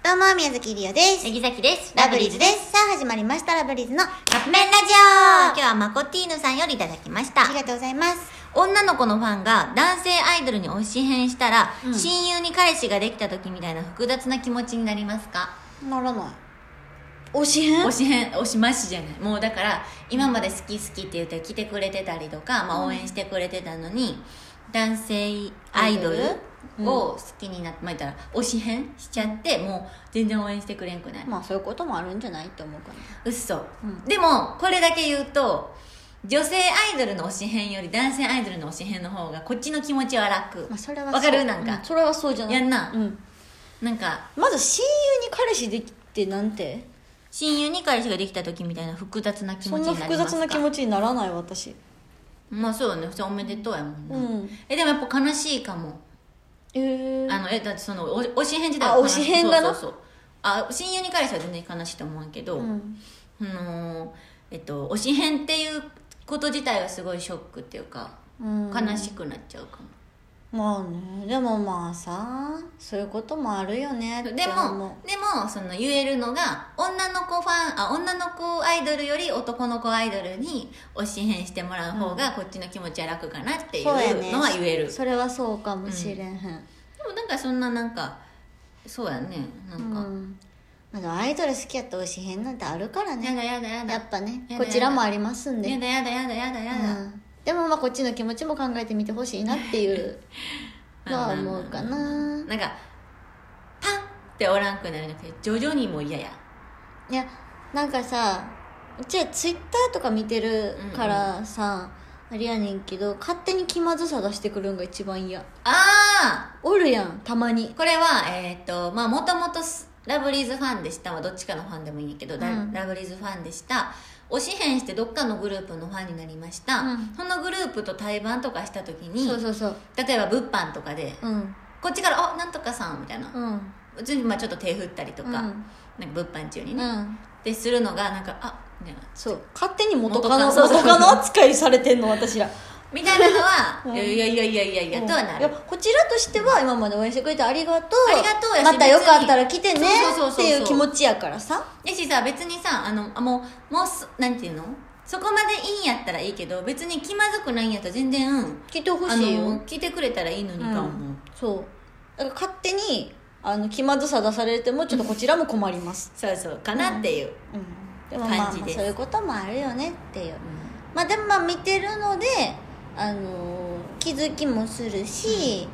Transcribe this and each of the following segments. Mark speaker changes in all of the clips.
Speaker 1: どうも、宮崎りおです。
Speaker 2: 杉崎です。
Speaker 1: ラブリーズです。さあ、始まりました、ラブリーズの
Speaker 2: カップ麺ラジオ今日はマコティーヌさんよりいただきました
Speaker 1: あり。がとうございます。
Speaker 2: 女の子のファンが男性アイドルに推し変したら、
Speaker 1: うん
Speaker 2: 親友に彼氏ができた時みたいな複雑な気持ちになりますか
Speaker 1: ならない。推し変
Speaker 2: 推し変、推しましじゃない。もうだから、今まで好き好きって言って来てくれてたりとか、まあ応援してくれてたのに、男性アイドルを好きになって、まあ言ったら推し変しちゃって、もう全然応援してくれんくない。
Speaker 1: まあ、そういうこともあるんじゃないって思うか
Speaker 2: 嘘、
Speaker 1: うん
Speaker 2: でもこれだけ言うと女性アイドルの推し変より男性アイドルの推し変の方がこっちの気持ちは楽、
Speaker 1: な。まあ、それはそう
Speaker 2: わかるなんか
Speaker 1: う、それはそうじゃない。
Speaker 2: やんな
Speaker 1: うん。
Speaker 2: なんか
Speaker 1: まず、親友に彼氏できてなんて
Speaker 2: 親友に彼氏ができた時みたいな複雑な気
Speaker 1: そ
Speaker 2: 持
Speaker 1: ん
Speaker 2: ちにな
Speaker 1: な
Speaker 2: りますか
Speaker 1: 複雑な気持
Speaker 2: ち
Speaker 1: ちにならない、私。
Speaker 2: まあそうよね普通おめでとうやもんな、
Speaker 1: うん
Speaker 2: えでもやっぱ悲しいかも、
Speaker 1: えー。
Speaker 2: あのえだってそのお推し変自体
Speaker 1: あ
Speaker 2: 悲
Speaker 1: 推
Speaker 2: し
Speaker 1: し
Speaker 2: い
Speaker 1: 変がな
Speaker 2: そうそうそうあ親友に彼氏は全然悲しいと思うけど、
Speaker 1: うん。
Speaker 2: あのえっと推し変っていうこと自体はすごいショックっていうか、
Speaker 1: うん
Speaker 2: 悲しくなっちゃうかも
Speaker 1: まあね。でもまあさ、そういうこともあるよねって
Speaker 2: でもでもその言えるのが女の子ファンあ女の子アイドルより男の子アイドルに推し変してもらう方がこっちの気持ちは楽かなっていうの
Speaker 1: そうやね
Speaker 2: は言える、
Speaker 1: それはそうかもしれんへん、
Speaker 2: でもなんかそんななんかそうやねなんか、
Speaker 1: うんまあでもアイドル好きやった推し変なんてあるから
Speaker 2: や
Speaker 1: ね
Speaker 2: だやだやだ
Speaker 1: やっぱね
Speaker 2: やだやだ
Speaker 1: こちらもありますんで
Speaker 2: やだやだやだやだやだ、
Speaker 1: うんでもまあこっちの気持ちも考えてみてほしいなっていうのは思うかな
Speaker 2: なんかパンっておらんくなるんじゃなくて徐々にもう嫌や
Speaker 1: いやなんかさうちはツイッターとか見てるからさ、あれやねんけど勝手に気まずさ出してくるんが一番嫌
Speaker 2: あ
Speaker 1: おるやんたまに
Speaker 2: あこれはえっ、とまあもともとラブリーズファンでしたまあどっちかのファンでもいいんやけど、だ
Speaker 1: うん
Speaker 2: ラブリーズファンでした推し変してどっかのグループのファンになりました、
Speaker 1: うん
Speaker 2: そのグループと対バンとかした時に
Speaker 1: そうそうそう
Speaker 2: 例えば物販とかで、
Speaker 1: うん
Speaker 2: こっちから「あなんとかさん」みたいな
Speaker 1: うん
Speaker 2: 普通にまあちょっと手振ったりとか,、
Speaker 1: うん
Speaker 2: なんか物販中に
Speaker 1: う
Speaker 2: ね、
Speaker 1: ん
Speaker 2: でするのがなんか「あみたいな
Speaker 1: そう勝手に元カノ
Speaker 2: 元カノそうそう
Speaker 1: 元カノ扱いされてんの私ら
Speaker 2: みたいなのは「
Speaker 1: うん
Speaker 2: いやいやいやいやいやいや」とはなる
Speaker 1: いやこちらとしては今まで応援してくれてありがとう
Speaker 2: ありがとうやし
Speaker 1: またよかったら来てね
Speaker 2: 別に
Speaker 1: っ
Speaker 2: そうそうそうそう
Speaker 1: ていう気持ちやからさ
Speaker 2: やしさ別にさあのあもうもうすなんていうのそこまでいいんやったらいいけど別に気まずくないんやったら全然
Speaker 1: 来てほ
Speaker 2: あ
Speaker 1: しいよ、う
Speaker 2: の
Speaker 1: ん、
Speaker 2: 聞いてくれたらいいのにかも、
Speaker 1: そうだから勝手にあの気まずさ出されてもちょっとこちらも困ります、
Speaker 2: そうそうかなっていう、
Speaker 1: うん、でもまあまあ
Speaker 2: 感じです
Speaker 1: そういうこともあるよねっていうまあでもまあ見てるのであのー気づきもするし、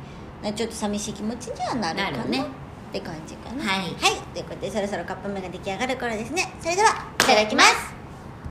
Speaker 1: ちょっと寂しい気持ちにはなるか
Speaker 2: な
Speaker 1: な
Speaker 2: るね
Speaker 1: って感じかな
Speaker 2: はい
Speaker 1: はい、ということでそろそろカップ麺が出来上がる頃ですねそれではいただきます